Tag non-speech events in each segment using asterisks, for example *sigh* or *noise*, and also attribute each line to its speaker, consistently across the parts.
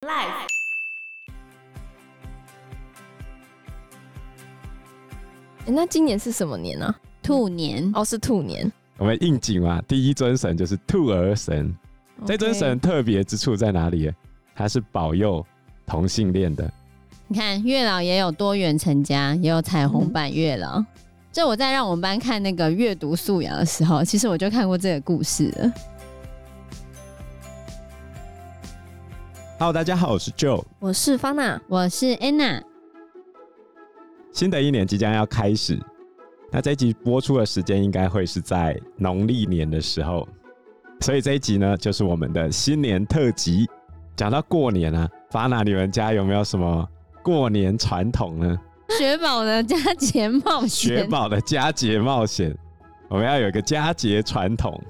Speaker 1: Life。
Speaker 2: 诶那今年是什么年啊？
Speaker 3: 兔年，
Speaker 2: 哦，是兔年。
Speaker 4: 我们应景嘛，第一尊神就是兔儿神。这尊
Speaker 2: OK
Speaker 4: 神特别之处在哪里？它是保佑同性恋的。
Speaker 3: 你看月老也有多元成家，也有彩虹版月老。这我在让我们班看那个阅读素养的时候，其实我就看过这个故事了。
Speaker 4: Hello，大家好，我是 Joe。
Speaker 2: 我是方娜，
Speaker 3: 我是 Anna，
Speaker 4: 新的一年即将要开始，那这一集播出的时间应该会是在农历年的时候，所以这一集呢，就是我们的新年特辑。讲到过年啊，法娜，你们家有没有什么过年传统呢？
Speaker 3: 雪宝呢加钱冒
Speaker 4: 雪
Speaker 3: 险，
Speaker 4: 宝的佳节冒险，我们要有一个佳节传统，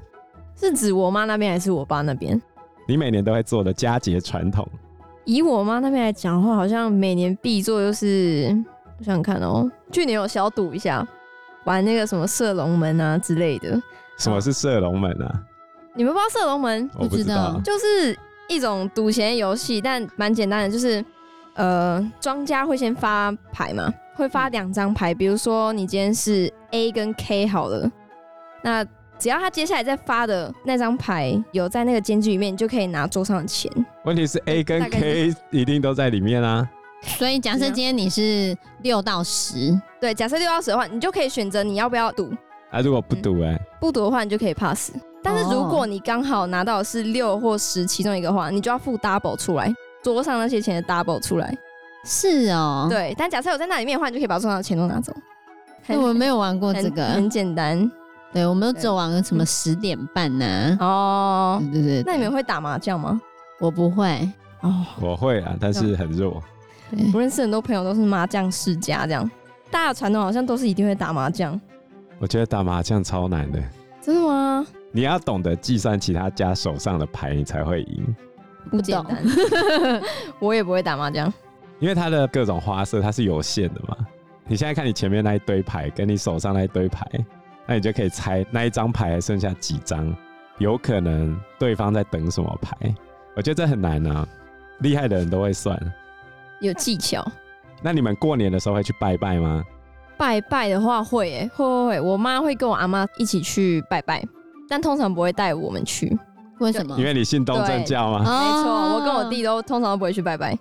Speaker 2: 是指我妈那边还是我爸那边？
Speaker 4: 你每年都会做的佳节传统。
Speaker 2: 以我妈那边来讲的话，好像每年必做就是，我想想看哦，去年有小赌一下，玩那个什么射龙门啊之类的。
Speaker 4: 什么是射龙门啊？
Speaker 2: 你们不知道射龙门
Speaker 4: 我不知道
Speaker 3: 不。
Speaker 2: 就是一种赌钱游戏，但蛮简单的，就是呃，庄家会先发牌嘛，会发两张牌，比如说你今天是 A 跟 K 好了，那只要他接下来再发的那张牌有在那个间距里面，你就可以拿桌上的钱。
Speaker 4: 问题是 A 跟
Speaker 2: 大概
Speaker 4: K 一定都在里面啊。
Speaker 3: 所以假设今天你是六到十，
Speaker 2: 对，假设六到十的话，你就可以选择你要不要赌，
Speaker 4: 啊，如果不赌哎、
Speaker 2: 不赌的话你就可以 pass。但是如果你刚好拿到的是六或十其中一个的话，你就要付 double 出来，桌上那些钱的 double 出来。
Speaker 3: 是哦，，
Speaker 2: 对，但假设有在那里面的话，你就可以把桌上的钱都拿走。
Speaker 3: 哎我们没有玩过
Speaker 2: 很
Speaker 3: 这个，
Speaker 2: 很简单
Speaker 3: 对，我们都只有玩个什么十点半呐、
Speaker 2: 哦。
Speaker 3: 对对对，
Speaker 2: 那你们会打麻将吗？
Speaker 3: 我不会，
Speaker 2: 哦，
Speaker 4: 我会啊，但是很弱。
Speaker 3: 对
Speaker 2: 我认识很多朋友都是麻将世家，这样大家的传统好像都是一定会打麻将，
Speaker 4: 我觉得打麻将超难的，
Speaker 2: 真的吗？
Speaker 4: 你要懂得计算其他家手上的牌，你才会赢。
Speaker 2: 不简单， *laughs* 我也不会打麻将。
Speaker 4: 因为它的各种花色它是有限的嘛。你现在看你前面那一堆牌，跟你手上那一堆牌，那你就可以猜那一张牌还剩下几张，有可能对方在等什么牌。我觉得这很难啊，厉害的人都会算。
Speaker 2: 有技巧，
Speaker 4: 那你们过年的时候会去拜拜吗？
Speaker 2: 拜拜的话会、欸，会会会，我妈会跟我阿妈一起去拜拜，但通常不会带我们去。
Speaker 3: 为什么？哦
Speaker 4: 因为你信东正教啊吗？
Speaker 2: 没错，我跟我弟都通常都不会去拜拜。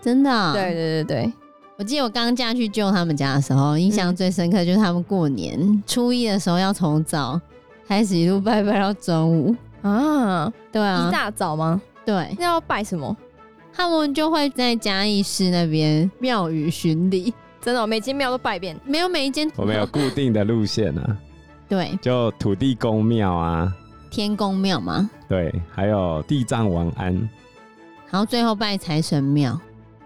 Speaker 3: 真的啊、
Speaker 2: 对对对对，
Speaker 3: 我记得我刚嫁去舅他们家的时候，
Speaker 2: 嗯
Speaker 3: 印象最深刻就是他们过年、初一的时候要从早开始一路拜拜到中午。
Speaker 2: 啊，
Speaker 3: 对
Speaker 2: 一
Speaker 3: 啊，
Speaker 2: 大早吗？
Speaker 3: 对，
Speaker 2: 那要拜什么？
Speaker 3: 他们就会在嘉义市那边庙宇巡礼，
Speaker 2: 真的哦、每间庙都拜遍。
Speaker 3: 没有每一间
Speaker 4: *laughs* 我们有固定的路线啊，
Speaker 3: 对
Speaker 4: 就土地公庙啊，
Speaker 3: 天宫庙嘛，
Speaker 4: 对，还有地藏王安。
Speaker 3: 然后最后拜财神庙。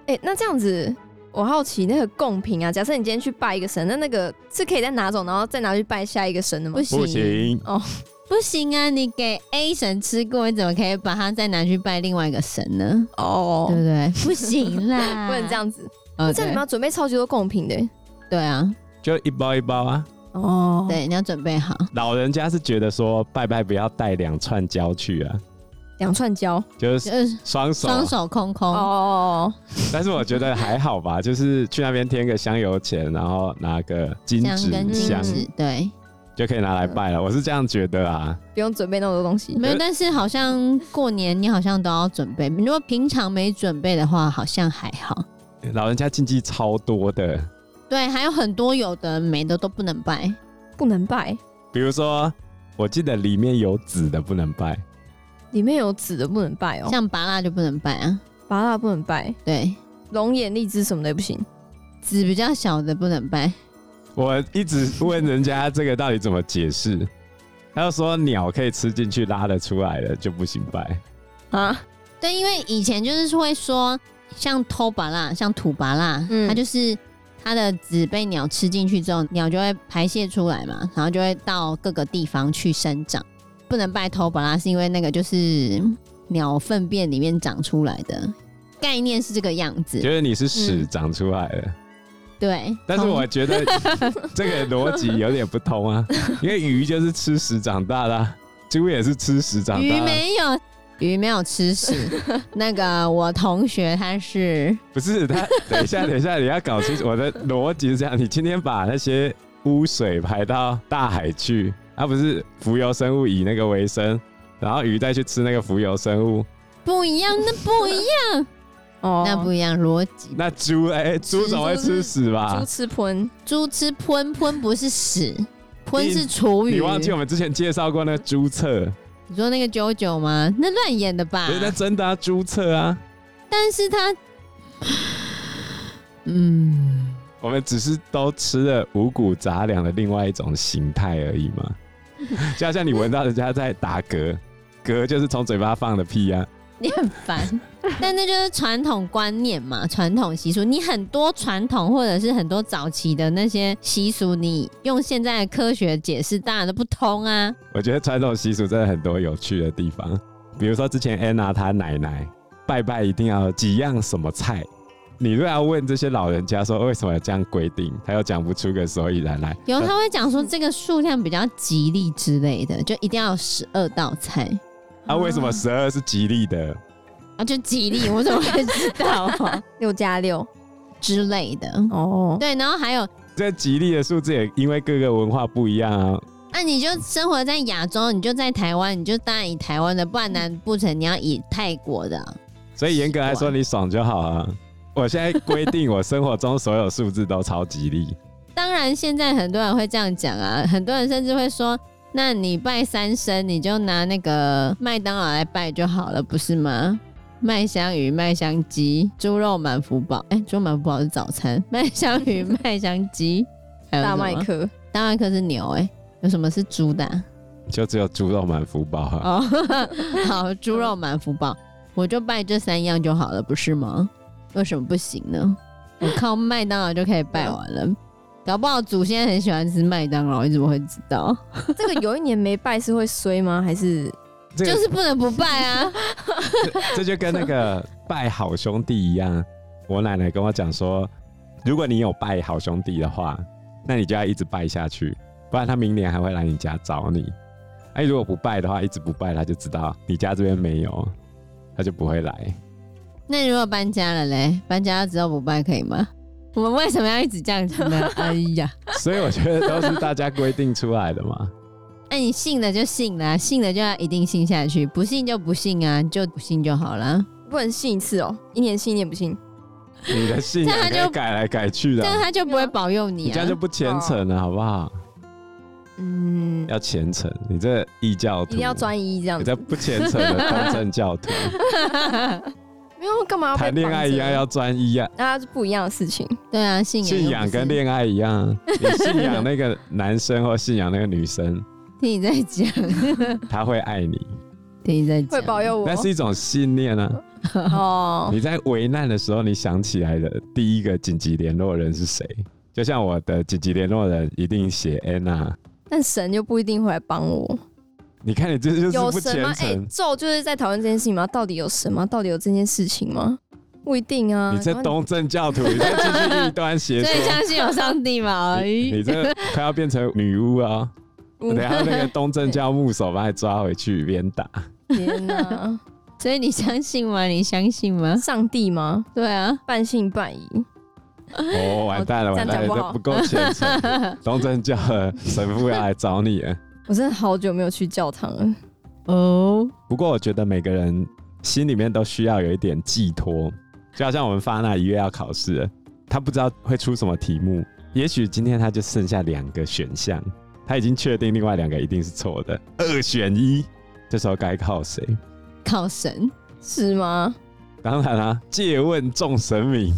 Speaker 2: 哎、那这样子，我好奇那个贡品啊，假设你今天去拜一个神，那那个是可以再拿走，然后再拿去拜下一个神的吗
Speaker 3: 不？行，
Speaker 4: 不行，
Speaker 3: 不行啊！你给 A 神吃过，你怎么可以把它再拿去拜另外一个神呢？
Speaker 2: 哦
Speaker 3: 对不对？
Speaker 2: *laughs*
Speaker 3: *laughs* 不行啦，
Speaker 2: 不能这。样子，
Speaker 3: 哦，
Speaker 2: 这里
Speaker 3: 对
Speaker 2: 面要准备超级多贡品的欸。
Speaker 3: 对啊，
Speaker 4: 就一包一包啊。
Speaker 2: 哦，
Speaker 3: 对，你要准备好。
Speaker 4: 老人家是觉得说拜拜不要带两串胶去啊，
Speaker 2: 两串胶。
Speaker 4: 就是
Speaker 3: 就是
Speaker 4: 双手，啊
Speaker 3: 双手空空。
Speaker 2: 哦，
Speaker 4: *laughs* 但是我觉得还好吧，就是去那边添个香油钱，然后拿个金
Speaker 3: 香
Speaker 4: 纸
Speaker 3: 跟金
Speaker 4: 香
Speaker 3: 纸，对，
Speaker 4: 就可以拿来拜了。我是这样觉得啊，
Speaker 2: 不用准备那么多东西。
Speaker 3: 没有。呃但是好像过年你好像都要准备，如果平常没准备的话，好像还好。
Speaker 4: 老人家禁忌超多的，
Speaker 3: 对，还有很多有的没的都不能拜。
Speaker 2: 不能拜，
Speaker 4: 比如说我记得里面有纸的不能拜，
Speaker 2: 里面有纸的不能拜哦，
Speaker 3: 像拔蜡就不能拜啊，
Speaker 2: 拔蜡不能拜，
Speaker 3: 对，
Speaker 2: 龙眼、荔枝什么的也不行。
Speaker 3: 籽比较小的不能拜，
Speaker 4: 我一直问人家这个到底怎么解释，他就说鸟可以吃进去拉得出来的就不行拜。
Speaker 2: 啊，
Speaker 3: 对，因为以前就是会说，像偷拔蜡，像土拔蜡，
Speaker 2: 嗯
Speaker 3: 它就是它的籽被鸟吃进去之后，鸟就会排泄出来嘛，然后就会到各个地方去生长。不能拜偷拔蜡，是因为那个就是鸟粪便里面长出来的概念是这嗯个样子。
Speaker 4: 觉得你是屎长出来的，
Speaker 3: 对，
Speaker 4: 但是
Speaker 3: 同
Speaker 4: 我觉得这个逻辑有点不通
Speaker 3: *laughs*
Speaker 4: 啊，因为鱼就是吃屎长大的啊、猪也是吃屎长
Speaker 3: 鱼
Speaker 4: 大的啊、
Speaker 3: 没有。鱼没有吃屎。那个我同学他是
Speaker 4: 不是他，等
Speaker 3: *laughs*
Speaker 4: 一下，等一下，你要搞清楚我的逻辑是这样：你今天把那些污水排到大海去，而、不是浮游生物以那个为生，然后鱼再去吃那个浮游生物。
Speaker 3: 不一样，那不一样，
Speaker 2: 哦，
Speaker 3: 那不一样逻辑。
Speaker 4: 那猪哎，猪总会吃屎吧
Speaker 2: 猪？吃喷，
Speaker 3: 猪吃喷喷不是屎，喷
Speaker 4: 你
Speaker 3: 是厨余。
Speaker 4: 你忘记我们之前介绍过那个猪测？
Speaker 3: 你说那个九九吗？那乱演的吧
Speaker 4: 不？是，那真的啊，猪测啊。
Speaker 3: 但是他，嗯，
Speaker 4: 我们只是都吃了五谷杂粮的另外一种形态而已嘛， *laughs* 就好像你闻到人家在打嗝，嗝就是从嘴巴放的屁啊。
Speaker 3: 你很烦。但那就是传统观念嘛，传统习俗。你很多传统或者是很多早期的那些习俗，你用现在的科学解释，当然都不通啊。
Speaker 4: 我觉得传统习俗真的很多有趣的地方，比如说之前安娜她奶奶拜拜一定要几样什么菜，你如果要问这些老人家说为什么要这样规定，他又讲不出个所以然来。
Speaker 3: 有他会讲说这个数量比较吉利之类的，就一定要有十二道菜
Speaker 4: 啊，为什
Speaker 2: *laughs*
Speaker 4: 么十二是吉利的？
Speaker 3: 啊，就吉利，我怎么会知道
Speaker 2: *laughs*
Speaker 3: 啊
Speaker 2: 六加六
Speaker 3: 之类的？
Speaker 2: 哦，
Speaker 3: 对，然后还有
Speaker 4: 这吉利的数字也因为各个文化不一样啊。
Speaker 3: 那、你就生活在亚洲，你就在台湾，你就当然以台湾的，不然难不成你要以泰国的啊、
Speaker 4: 所以严格来说，你爽就好啊。我现在规定，我生活中所有数字都超吉利。
Speaker 3: 当然，现在很多人会这样讲啊，很多人甚至会说，那你拜三牲，你就拿那个麦当劳来拜就好了，不是吗？麦香鱼、麦香鸡、猪肉满福宝，哎、猪肉满福宝是早餐，麦香
Speaker 2: *laughs*
Speaker 3: 鱼、麦香鸡，还有
Speaker 2: 大麦
Speaker 3: 麦克，
Speaker 2: 克
Speaker 3: 大麦克是牛、哎，有什么是猪的啊、
Speaker 4: 就只有猪肉满福啊报哈、
Speaker 3: 哦， *laughs* 好，猪肉满福宝，我就拜这三样就好了，不是吗？为什么不行呢？我靠麦当劳就可以拜完了，搞不好祖先很喜欢吃麦当劳，你怎么会知道？
Speaker 2: *laughs* 这个有一年没拜是会衰吗？还是
Speaker 4: 这个、
Speaker 3: 就是不能不拜啊！
Speaker 4: 这就跟那
Speaker 3: *laughs*
Speaker 4: 个拜好兄弟一样。我奶奶跟我讲说，如果你有拜好兄弟的话，那你就要一直拜下去，不然他明年还会来你家找你。哎、如果不拜的话，一直不拜，他就知道你家这边没有，他就不会来。
Speaker 3: 那如果搬家了嘞，搬家之后不拜可以吗？我们为什么要一直这样子呢？哎呀， *laughs*
Speaker 4: 所以我觉得都是大家规定出来的嘛。
Speaker 3: 那、你信了就信啦、信了就要一定信下去，不信就不信啊，就不信就好啦。
Speaker 2: 不能信一次哦？一年信一年不信？
Speaker 4: 你的信仰
Speaker 3: 这样他
Speaker 4: 可以
Speaker 3: 就
Speaker 4: 改来改去的
Speaker 3: 这，样他就不会保佑
Speaker 4: 你
Speaker 3: 你
Speaker 4: 这
Speaker 3: 啊
Speaker 4: 啊样就！不虔诚了，好不好？
Speaker 2: 嗯，
Speaker 4: 要虔诚，你这异教徒
Speaker 2: 一定要专一这样
Speaker 4: 你
Speaker 2: 子
Speaker 4: 这，不虔诚的东正教徒，
Speaker 2: 没有干嘛要被
Speaker 4: 谈恋爱一样
Speaker 2: 绑着
Speaker 4: 要专一啊。
Speaker 2: 那是不一样的事
Speaker 4: *laughs*
Speaker 2: 情。
Speaker 3: 对啊，信仰又
Speaker 4: 信
Speaker 3: 不
Speaker 4: 仰
Speaker 3: 是
Speaker 4: 跟恋爱一样，啊你信仰那个男生或信仰那个女生，
Speaker 3: 听你在讲，
Speaker 4: 他会爱你，
Speaker 3: 听你在讲，
Speaker 2: 会保佑我
Speaker 4: 那是一种信念啊。
Speaker 2: 哦。
Speaker 4: 你在危难的时候，你想起来的第一个紧急联络人是谁？就像我的紧急联络人一定写啊 Anna，
Speaker 2: 但神就不一定会来帮我，
Speaker 4: 你看你这就是
Speaker 2: 有
Speaker 4: 不
Speaker 2: 神吗
Speaker 4: 虔？
Speaker 2: 哎、
Speaker 4: 诚，
Speaker 2: 咒就是在讨论这件事情吗？到底有神吗？到底有这件事情吗？不一定啊。
Speaker 4: 你这
Speaker 2: 然后
Speaker 4: 东正教徒，你再继
Speaker 2: *laughs*
Speaker 4: 续异端邪
Speaker 3: 所以
Speaker 4: 说。
Speaker 3: 相信有上帝嘛？哎
Speaker 4: 你你
Speaker 3: 咦，
Speaker 4: 这快要变成女巫啊、
Speaker 2: 哎 *laughs* 嗯
Speaker 4: 等一下那个东正教牧首把你抓回去鞭打。
Speaker 2: *laughs* 天哪，
Speaker 3: *laughs* 所以你相信吗？你相信吗？
Speaker 2: 上帝吗？
Speaker 3: 对啊，
Speaker 2: 半信半疑，
Speaker 4: 哦，完蛋了，
Speaker 2: 这
Speaker 4: 完
Speaker 2: 样
Speaker 4: 蛋
Speaker 2: 讲
Speaker 4: 了，
Speaker 2: 不好
Speaker 4: 这不够虔
Speaker 2: *laughs*
Speaker 4: 诚。东正教的神父要来找你了。
Speaker 2: 我真的好久没有去教堂了。
Speaker 3: 哦，
Speaker 4: 不过我觉得每个人心里面都需要有一点寄托，就好像我们发那一月要考试了，他不知道会出什么题目，也许今天他就剩下两个选项，他已经确定另外两个一定是错的，二选一，这时候该靠谁？
Speaker 3: 靠神，
Speaker 2: 是吗？
Speaker 4: 当然啦、借问众神明，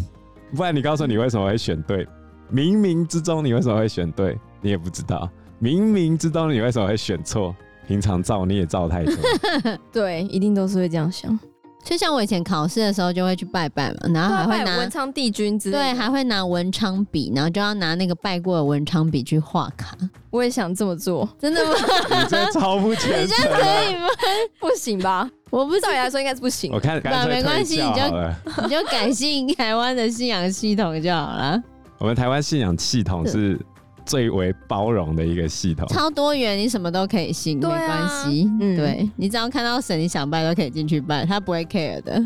Speaker 4: 不然你告诉你为什么会选对？冥冥之中你为什么会选对？你也不知道。冥冥之中你为什么会选错？平常造孽造太 *laughs* 多，
Speaker 2: 对，一定都是会这样想。
Speaker 3: 就像我以前考试的时候就会去拜拜嘛，然啊后还会
Speaker 2: 啊拜
Speaker 3: 拿
Speaker 2: 文昌帝君之类
Speaker 3: 对，
Speaker 2: 的
Speaker 3: 还会拿文昌笔，然后就要拿那个拜过的文昌笔去画卡，
Speaker 2: 我也想这么 *laughs* 做，
Speaker 3: 真的吗？
Speaker 4: 你这超不虔诚啊。
Speaker 3: 可以吗？
Speaker 2: 不行吧？
Speaker 3: 我不知
Speaker 2: 照
Speaker 3: 道
Speaker 2: 理，来说应该是不行啊
Speaker 4: 我。看干脆
Speaker 3: 没关系
Speaker 4: 退
Speaker 3: 你
Speaker 4: 教
Speaker 3: 就
Speaker 4: 好了。
Speaker 3: 你就改信台湾的信仰系统就好了。
Speaker 4: 我们台湾信仰系统是最为包容的一个系统。
Speaker 3: 超多元，你什么都可以信，
Speaker 2: 对啊
Speaker 3: 没关系。
Speaker 2: 嗯
Speaker 3: 对你只要看到神，你想拜都可以进去拜，他不会
Speaker 2: *laughs*
Speaker 3: care 的。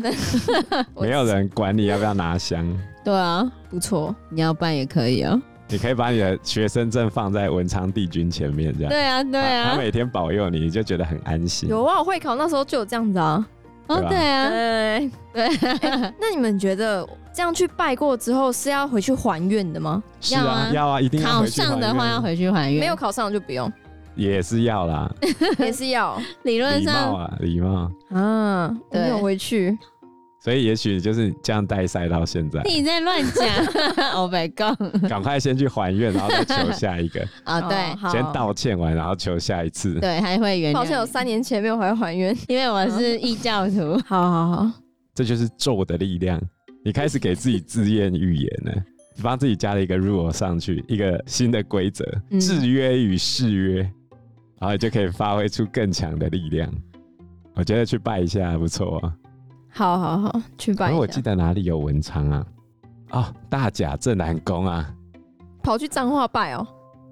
Speaker 2: 我
Speaker 4: 没有人管你要不要拿香，
Speaker 3: 对啊，
Speaker 2: 不错，
Speaker 3: 你要拜也可以哦。
Speaker 4: 你可以把你的学生证放在文昌帝君前面，这
Speaker 3: *laughs*
Speaker 4: 样。
Speaker 3: 对啊，对
Speaker 4: 他
Speaker 3: 啊
Speaker 4: 他，每天保佑你，你就觉得很安心。
Speaker 2: 有啊，我会考那时候就有这样子啊。嗯
Speaker 3: 哦，
Speaker 4: 对吧
Speaker 3: 对啊，
Speaker 2: 对， *laughs* 哎
Speaker 3: 对啊，
Speaker 2: 那你们觉得这样去拜过之后是要回去还愿的吗？
Speaker 4: 是
Speaker 3: 要啊
Speaker 4: 啊，要啊，一定要
Speaker 3: 考
Speaker 4: 回去
Speaker 3: 上的
Speaker 4: 还
Speaker 3: 话
Speaker 4: 愿
Speaker 3: 要回去还愿，
Speaker 2: 没有考上就不用，
Speaker 4: 也是要啦，
Speaker 2: 也是要
Speaker 3: 理论
Speaker 4: 礼貌
Speaker 3: 上
Speaker 4: 啊，礼貌。
Speaker 2: *laughs* 啊。我没有
Speaker 3: 对
Speaker 2: 回去，
Speaker 4: 所以也许就是这样带赛到现在，
Speaker 3: 你在乱讲， *laughs* 我没讲
Speaker 4: 赶快先去还愿，然后再求下
Speaker 3: *laughs*
Speaker 4: 一个，
Speaker 3: 啊，对
Speaker 2: 哦好
Speaker 4: 先道歉完，然后求下一次。
Speaker 3: 对，还会原
Speaker 2: 抱歉，我嗯
Speaker 3: 谅
Speaker 2: 三年前没有回去还愿。。
Speaker 3: 你，因为我是异教徒
Speaker 2: 好好好，
Speaker 4: 这就是咒的力量。你开始给自己自言预言了，你帮自己加了一个 rule 上去，一个新的规则，
Speaker 2: 嗯
Speaker 4: 制约与誓约，然后你就可以发挥出更强的力量。我觉得去拜一下不错啊。
Speaker 2: 好好好，去拜
Speaker 4: 然后我
Speaker 2: 一
Speaker 4: 记
Speaker 2: 下。
Speaker 4: 得哪里有文昌啊？哦，大甲镇南宫啊，
Speaker 2: 跑去彰化拜哦。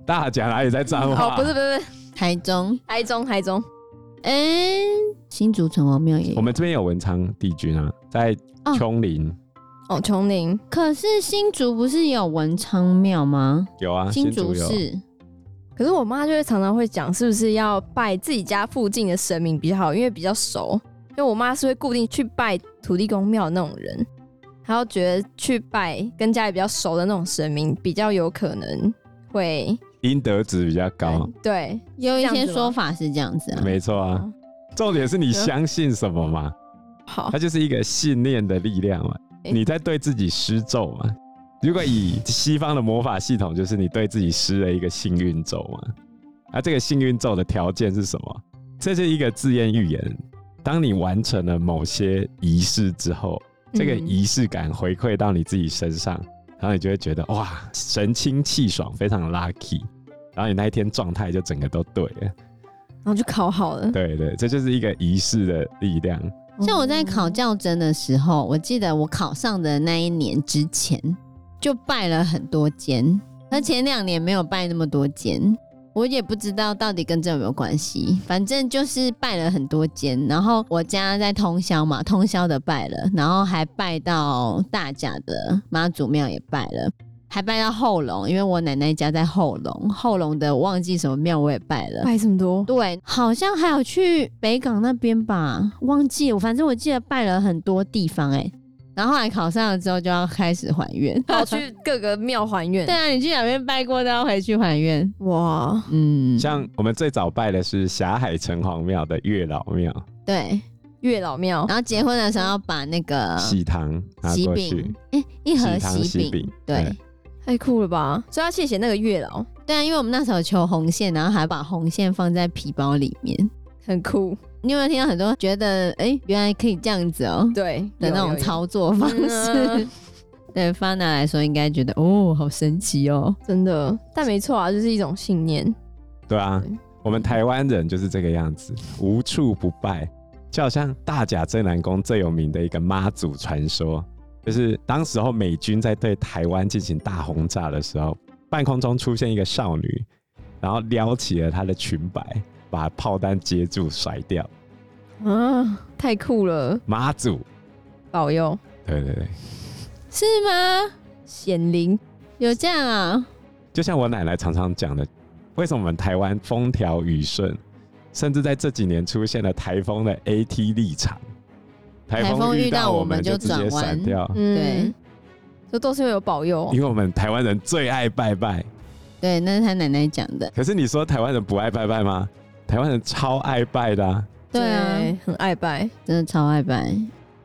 Speaker 4: 大甲哪里在彰化？
Speaker 2: 哦，不是不是不是，
Speaker 3: 台中，
Speaker 2: 台中台中。
Speaker 3: 嗯，新竹城隍庙也
Speaker 4: 我
Speaker 3: 有。
Speaker 4: 们这边有文昌帝君啊，在
Speaker 3: 哦
Speaker 4: 琼林、
Speaker 2: 哦，琼林
Speaker 3: 可是新竹不是有文昌庙吗？
Speaker 4: 有啊，
Speaker 3: 新竹
Speaker 4: 竹有。
Speaker 3: 市
Speaker 2: 可是我妈就会常常会讲，是不是要拜自己家附近的神明比较好，因为比较熟。因为我妈是会固定去拜土地公庙那种人，她要觉得去拜跟家里比较熟的那种神明，比较有可能会
Speaker 4: 阴德值比较高，
Speaker 2: 对
Speaker 3: 有一
Speaker 2: 这
Speaker 3: 些
Speaker 2: 样子吗
Speaker 3: 说法是这样子啊，
Speaker 4: 没错啊
Speaker 2: 哦。
Speaker 4: 重点是你相信什么嘛？
Speaker 2: 好嗯
Speaker 4: *laughs* 它就是一个信念的力量嘛。
Speaker 2: 诶
Speaker 4: 你在对自己施咒嘛？如果以西方的魔法系统，就是你对自己施了一个幸运咒嘛。啊，这个幸运咒的条件是什么？这是一个自验预言。当你完成了某些仪式之后，这个
Speaker 2: 嗯
Speaker 4: 仪式感回馈到你自己身上，然后你就会觉得哇，神清气爽，非常 lucky。然后你那一天状态就整个都对了。
Speaker 2: 然后就考好了。嗯
Speaker 4: 对对，这就是一个仪式的力量。
Speaker 3: 像
Speaker 2: 哦
Speaker 3: 我在考教甄的时候，我记得我考上的那一年之前就拜了很多间，而前两年没有拜那么多间，我也不知道到底跟这有没有关系。反正就是拜了很多间，然后我家在通宵嘛，通宵的拜了，然后还拜到大甲的妈祖庙也拜了。还拜到后龙，因为我奶奶家在后龙，后龙的忘记什么庙我也拜了，
Speaker 2: 拜这么多，
Speaker 3: 对，好像还有去北港那边吧，忘记了，反正我记得拜了很多地方哎、然后后来考上了之后就要开始还愿，
Speaker 2: 跑去各个庙还愿
Speaker 3: 对。啊，你去哪边拜过都要回去还愿。
Speaker 2: 哇，
Speaker 3: 嗯，
Speaker 4: 像我们最早拜的是霞海城隍庙的月老庙，
Speaker 3: 对，
Speaker 2: 月老庙
Speaker 3: 然后结婚的时候要把那个
Speaker 4: 喜糖拿
Speaker 3: 嗯喜
Speaker 4: 过
Speaker 3: 饼
Speaker 4: 去，，
Speaker 3: 哎、一盒
Speaker 4: 糖喜
Speaker 3: 饼，
Speaker 4: 饼，
Speaker 3: 对
Speaker 4: 对，
Speaker 2: 太酷了吧！所以要谢谢那个月老，
Speaker 3: 对啊，因为我们那时候求红线，然后还把红线放在皮包里面。
Speaker 2: 很酷。
Speaker 3: 你有没有听到很多觉得哎、原来可以这样子哦、
Speaker 2: 对
Speaker 3: 的那种
Speaker 2: 操，
Speaker 3: 操作方式？
Speaker 2: 嗯 *laughs* 啊
Speaker 3: 对 Fana 来说，应该觉得哦，好神奇哦。
Speaker 2: 真的，但没错啊，就是一种信念。
Speaker 4: 对啊
Speaker 2: 对，
Speaker 4: 我们台湾人就是这个样子，无处不拜，就好像大甲镇南宫最有名的一个妈祖传说，就是当时候美军在对台湾进行大轰炸的时候，半空中出现一个少女，然后撩起了她的裙摆，把炮弹接住甩掉，
Speaker 2: 啊，太酷了！
Speaker 4: 妈祖，
Speaker 2: 保佑
Speaker 4: 对对对。
Speaker 3: 是吗？
Speaker 2: 显灵，
Speaker 3: 有这样啊？
Speaker 4: 就像我奶奶常常讲的，为什么我们台湾风调雨顺，甚至在这几年出现了台风的 AT 立场，台
Speaker 3: 台风
Speaker 4: 遇
Speaker 3: 遇到
Speaker 4: 到
Speaker 3: 我
Speaker 4: 我
Speaker 3: 们
Speaker 4: 们
Speaker 3: 就
Speaker 4: 直接
Speaker 3: 转弯
Speaker 4: 闪掉，
Speaker 3: 对
Speaker 2: 嗯，这都是因为有保佑
Speaker 4: 因为我们台湾人最爱拜拜。
Speaker 3: 对，那是他奶奶讲的。
Speaker 4: 可是你说台湾人不爱拜拜吗？台湾人超爱拜的、啊。
Speaker 3: 对啊，，
Speaker 2: 很爱拜。
Speaker 3: 真的超爱拜。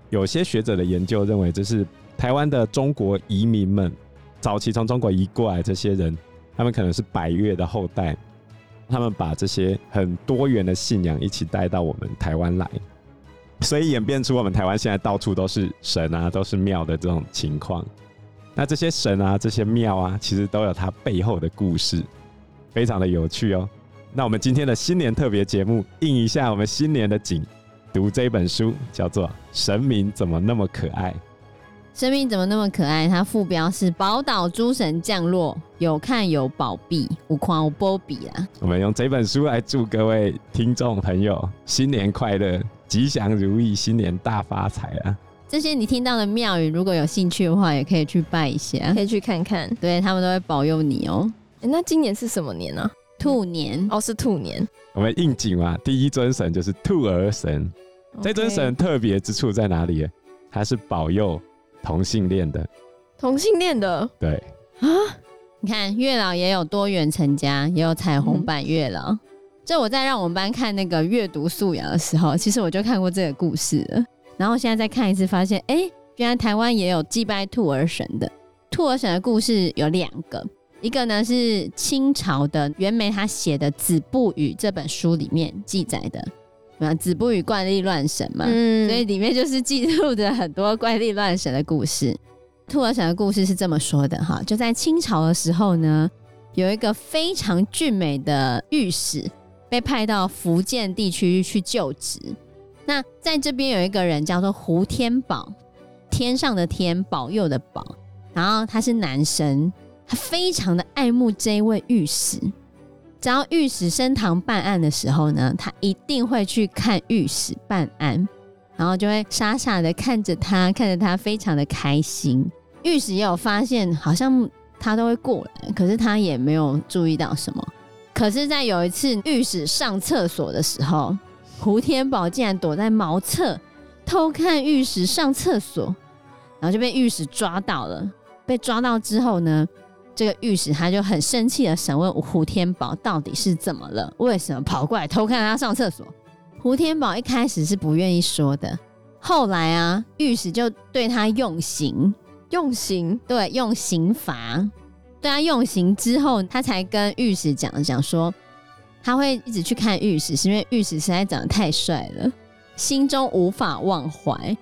Speaker 4: 有些学者的研究认为，这是台湾的中国移民们早期从中国移过来这些人，他们可能是百越的后代，他们把这些很多元的信仰一起带到我们台湾来，所以演变出我们台湾现在到处都是神啊，都是庙的这种情况。那这些神啊，这些庙啊，其实都有它背后的故事，非常的有趣哦。那我们今天的新年特别节目，应一下我们新年的景，读这本书，叫做《神明怎么那么可爱》。
Speaker 3: 生命怎么那么可爱？它副标是“宝岛诸神降落，有看有宝币，无狂无波比”啊啦。
Speaker 4: 我们用这本书来祝各位听众朋友新年快乐，吉祥如意，新年大发财啊！
Speaker 3: 这些你听到的庙宇，如果有兴趣的话，也可以去拜一下
Speaker 2: 可，以去看看。
Speaker 3: 对他们都会保佑你哦、
Speaker 2: 诶那今年是什么年呢、
Speaker 3: 兔年，
Speaker 2: 哦，是兔年。
Speaker 4: 我们应景嘛，第一尊神就是兔儿神。这尊
Speaker 2: OK
Speaker 4: 神特别之处在哪里？它是保佑同性恋的，
Speaker 2: 同性恋的
Speaker 4: 对，
Speaker 3: 你看月老也有多元成家，也有彩虹版月老。这我在让我们班看那个阅读素养的时候，其实我就看过这个故事了。然后现在再看一次，发现哎，诶原来台湾也有祭拜兔儿神的。兔儿神的故事有两个，一个呢是清朝的袁枚他写的《子不语》这本书里面记载的，啊，子不语惯例乱神嘛，
Speaker 2: 嗯
Speaker 3: 所以里面就是记录着很多怪力乱神的故事。兔儿神的故事是这么说的哈，就在清朝的时候呢，有一个非常俊美的御史被派到福建地区去就职。那在这边有一个人叫做胡天宝，天上的天，保佑的保，然后他是男生，他非常的爱慕这一位御史。只要御史升堂办案的时候呢，他一定会去看御史办案。然后就会傻傻的看着他，看着他非常的开心。玉石也有发现，好像他都会过来，可是他也没有注意到什么。可是，在有一次御史上厕所的时候，胡天宝竟然躲在茅厕偷看御史上厕所，然后就被御史抓到了。被抓到之后呢，这个御史他就很生气的审问胡天宝到底是怎么了，为什么跑过来偷看他上厕所？胡天宝一开始是不愿意说的，后来啊，御史就对他用刑，
Speaker 2: 用刑
Speaker 3: 对，用刑罚，对他用刑之后，他才跟御史讲讲说，他会一直去看御史，是因为御史实在长得太帅了，心中无法忘怀，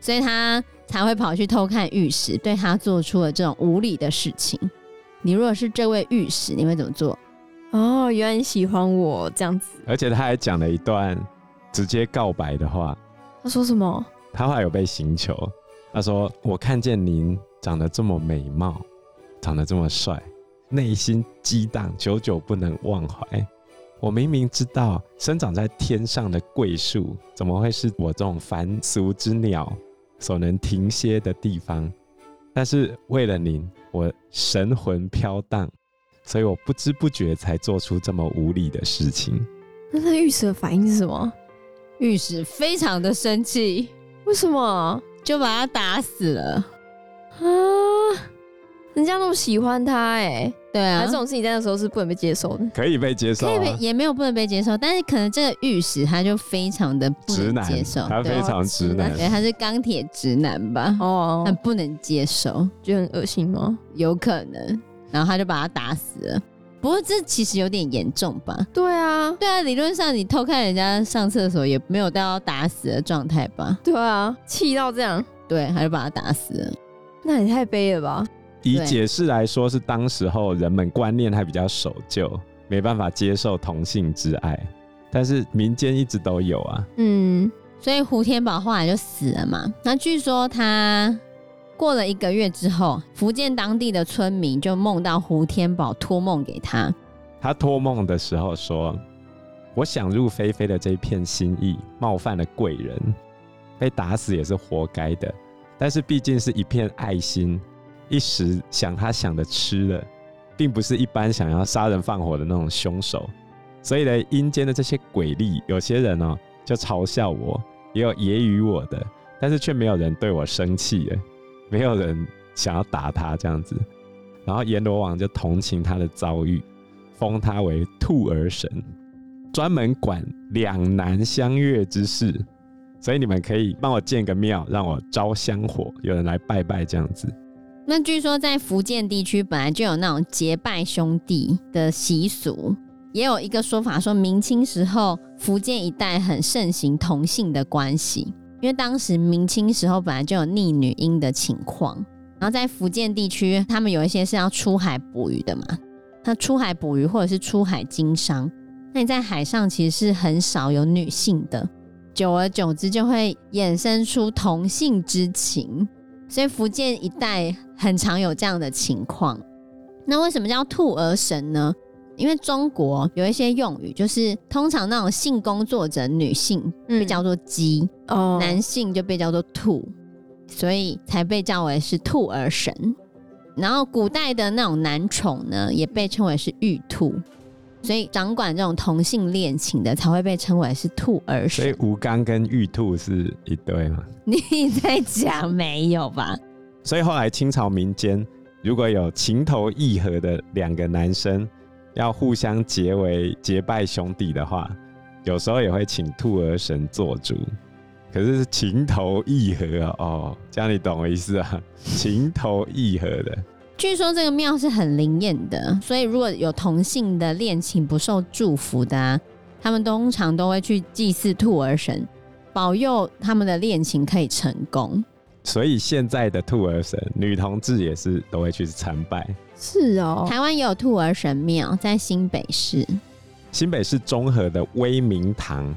Speaker 3: 所以他才会跑去偷看御史，对他做出了这种无理的事情。你如果是这位御史，你会怎么做？
Speaker 2: 哦，原来你喜欢我这样子。
Speaker 4: 而且他还讲了一段直接告白的话，
Speaker 2: 他说什么？
Speaker 4: 他后来有被刑求，他说：“我看见您长得这么美貌，长得这么帅，内心激荡，久久不能忘怀。我明明知道生长在天上的桂树，怎么会是我这种凡俗之鸟所能停歇的地方？但是为了您，我神魂飘荡，所以我不知不觉才做出这么无理的事情。
Speaker 2: 那他玉石的反应是什么？
Speaker 3: 御史非常的生气，
Speaker 2: 为什么啊？
Speaker 3: 就把他打死了。
Speaker 2: 人家那么喜欢他哎、
Speaker 3: 对啊，
Speaker 2: 欸，这种事情在那时候是不能被接受的。
Speaker 4: 可以被接受、
Speaker 3: 可
Speaker 4: 啊，
Speaker 3: 以被也没有不能被接受，但是可能这个御史他就非常的不
Speaker 4: 直
Speaker 3: 能
Speaker 4: 男
Speaker 3: 接受，，
Speaker 4: 他非
Speaker 3: 对，啊
Speaker 4: 常直男。
Speaker 3: 对，他是钢铁直男吧，
Speaker 2: 哦
Speaker 3: 他，不能接受，
Speaker 2: 觉得很恶心吗？
Speaker 3: 有可能，然后他就把他打死了。不过这其实有点严重吧？
Speaker 2: 对啊，
Speaker 3: 对啊，理论上你偷看人家上厕所也没有到打死的状态吧？
Speaker 2: 对啊，气到这样，
Speaker 3: 对，他就把他打死了。
Speaker 2: 那也太悲了吧？
Speaker 4: 以
Speaker 3: 对
Speaker 4: 解释来说，是当时候人们观念还比较守旧，没办法接受同性之爱，但是民间一直都有啊。
Speaker 2: 嗯，
Speaker 3: 所以胡天宝后来就死了嘛。那据说他过了一个月之后，福建当地的村民就梦到胡天宝托梦给他，
Speaker 4: 他托梦的时候说：“我想入非非的这一片心意，冒犯了贵人，被打死也是活该的。但是毕竟是一片爱心，一时想他想的吃了，并不是一般想要杀人放火的那种凶手。所以呢，阴间的这些鬼力，有些人哦就嘲笑我，也有揶揄我的，但是却没有人对我生气了，没有人想要打他这样子。然后阎罗王就同情他的遭遇。”封他为兔儿神，专门管两男相悦之事。所以你们可以帮我建个庙，让我招香火，有人来拜拜这样子。
Speaker 3: 那据说在福建地区本来就有那种结拜兄弟的习俗，也有一个说法说，明清时候福建一带很盛行同性的关系，因为当时明清时候本来就有逆女婴的情况，然后在福建地区，他们有一些是要出海捕鱼的嘛，那出海捕鱼或者是出海经商，那你在海上其实是很少有女性的，久而久之就会衍生出同性之情。所以福建一带很常有这样的情况。那为什么叫兔儿神呢？因为中国有一些用语，就是通常那种性工作者女性
Speaker 2: 嗯
Speaker 3: 被叫做鸡，
Speaker 2: 哦
Speaker 3: 男性就被叫做兔，所以才被叫为是兔儿神。然后古代的那种男宠呢，也被称为是玉兔，所以掌管这种同性恋情的才会被称为是兔儿
Speaker 4: 所以
Speaker 3: 神。 *laughs*
Speaker 4: 吴刚跟玉兔是一对嘛。
Speaker 3: 你在讲没有吧？
Speaker 4: 所以后来清朝民间如果有情投意合的两个男生要互相结为结拜兄弟的话，有时候也会请兔儿神做主。可是是情投意合啊，哦，这样你懂我意思啊？ *laughs* 情投意合的，
Speaker 3: 据说这个庙是很灵验的，所以如果有同性的恋情不受祝福的、啊，他们通常都会去祭祀兔儿神，保佑他们的恋情可以成功。
Speaker 4: 所以现在的兔儿神，女同志也是都会去参拜。
Speaker 2: 是哦，
Speaker 3: 台湾也有兔儿神庙，在新北市。
Speaker 4: 新北市中和的威明堂，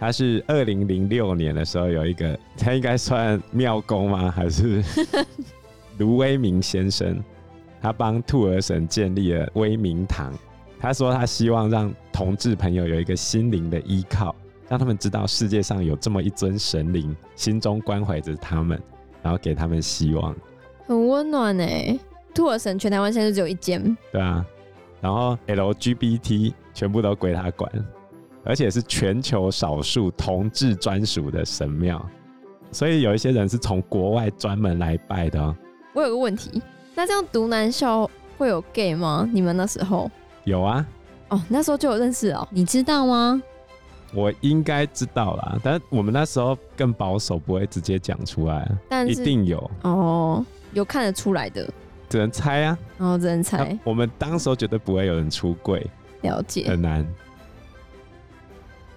Speaker 4: 它是二零零六年的时候有一个，他应该算庙公吗？还是卢威明先生？他帮兔儿神建立了威明堂。他说他希望让同志朋友有一个心灵的依靠，让他们知道世界上有这么一尊神灵，心中关怀着他们，然后给他们希望。
Speaker 2: 很温暖哎。兔儿神全台湾现在就只有一间，
Speaker 4: 对啊，然后 LGBT 全部都归他管，而且是全球少数同志专属的神庙，所以有一些人是从国外专门来拜的、哦。
Speaker 2: 我有个问题，那这样读男校会有 gay 吗？你们那时候？
Speaker 4: 有啊，
Speaker 2: 哦，那时候就有认识哦。
Speaker 3: 你知道吗？
Speaker 4: 我应该知道啦，但我们那时候更保守，不会直接讲出来，啊
Speaker 2: 但
Speaker 4: 一
Speaker 2: 是
Speaker 4: 定有，
Speaker 2: 哦，有看得出来的，
Speaker 4: 只能猜啊。
Speaker 2: 然后只能猜
Speaker 4: 我们当时候绝对不会有人出柜，
Speaker 2: 了解。
Speaker 4: 很难。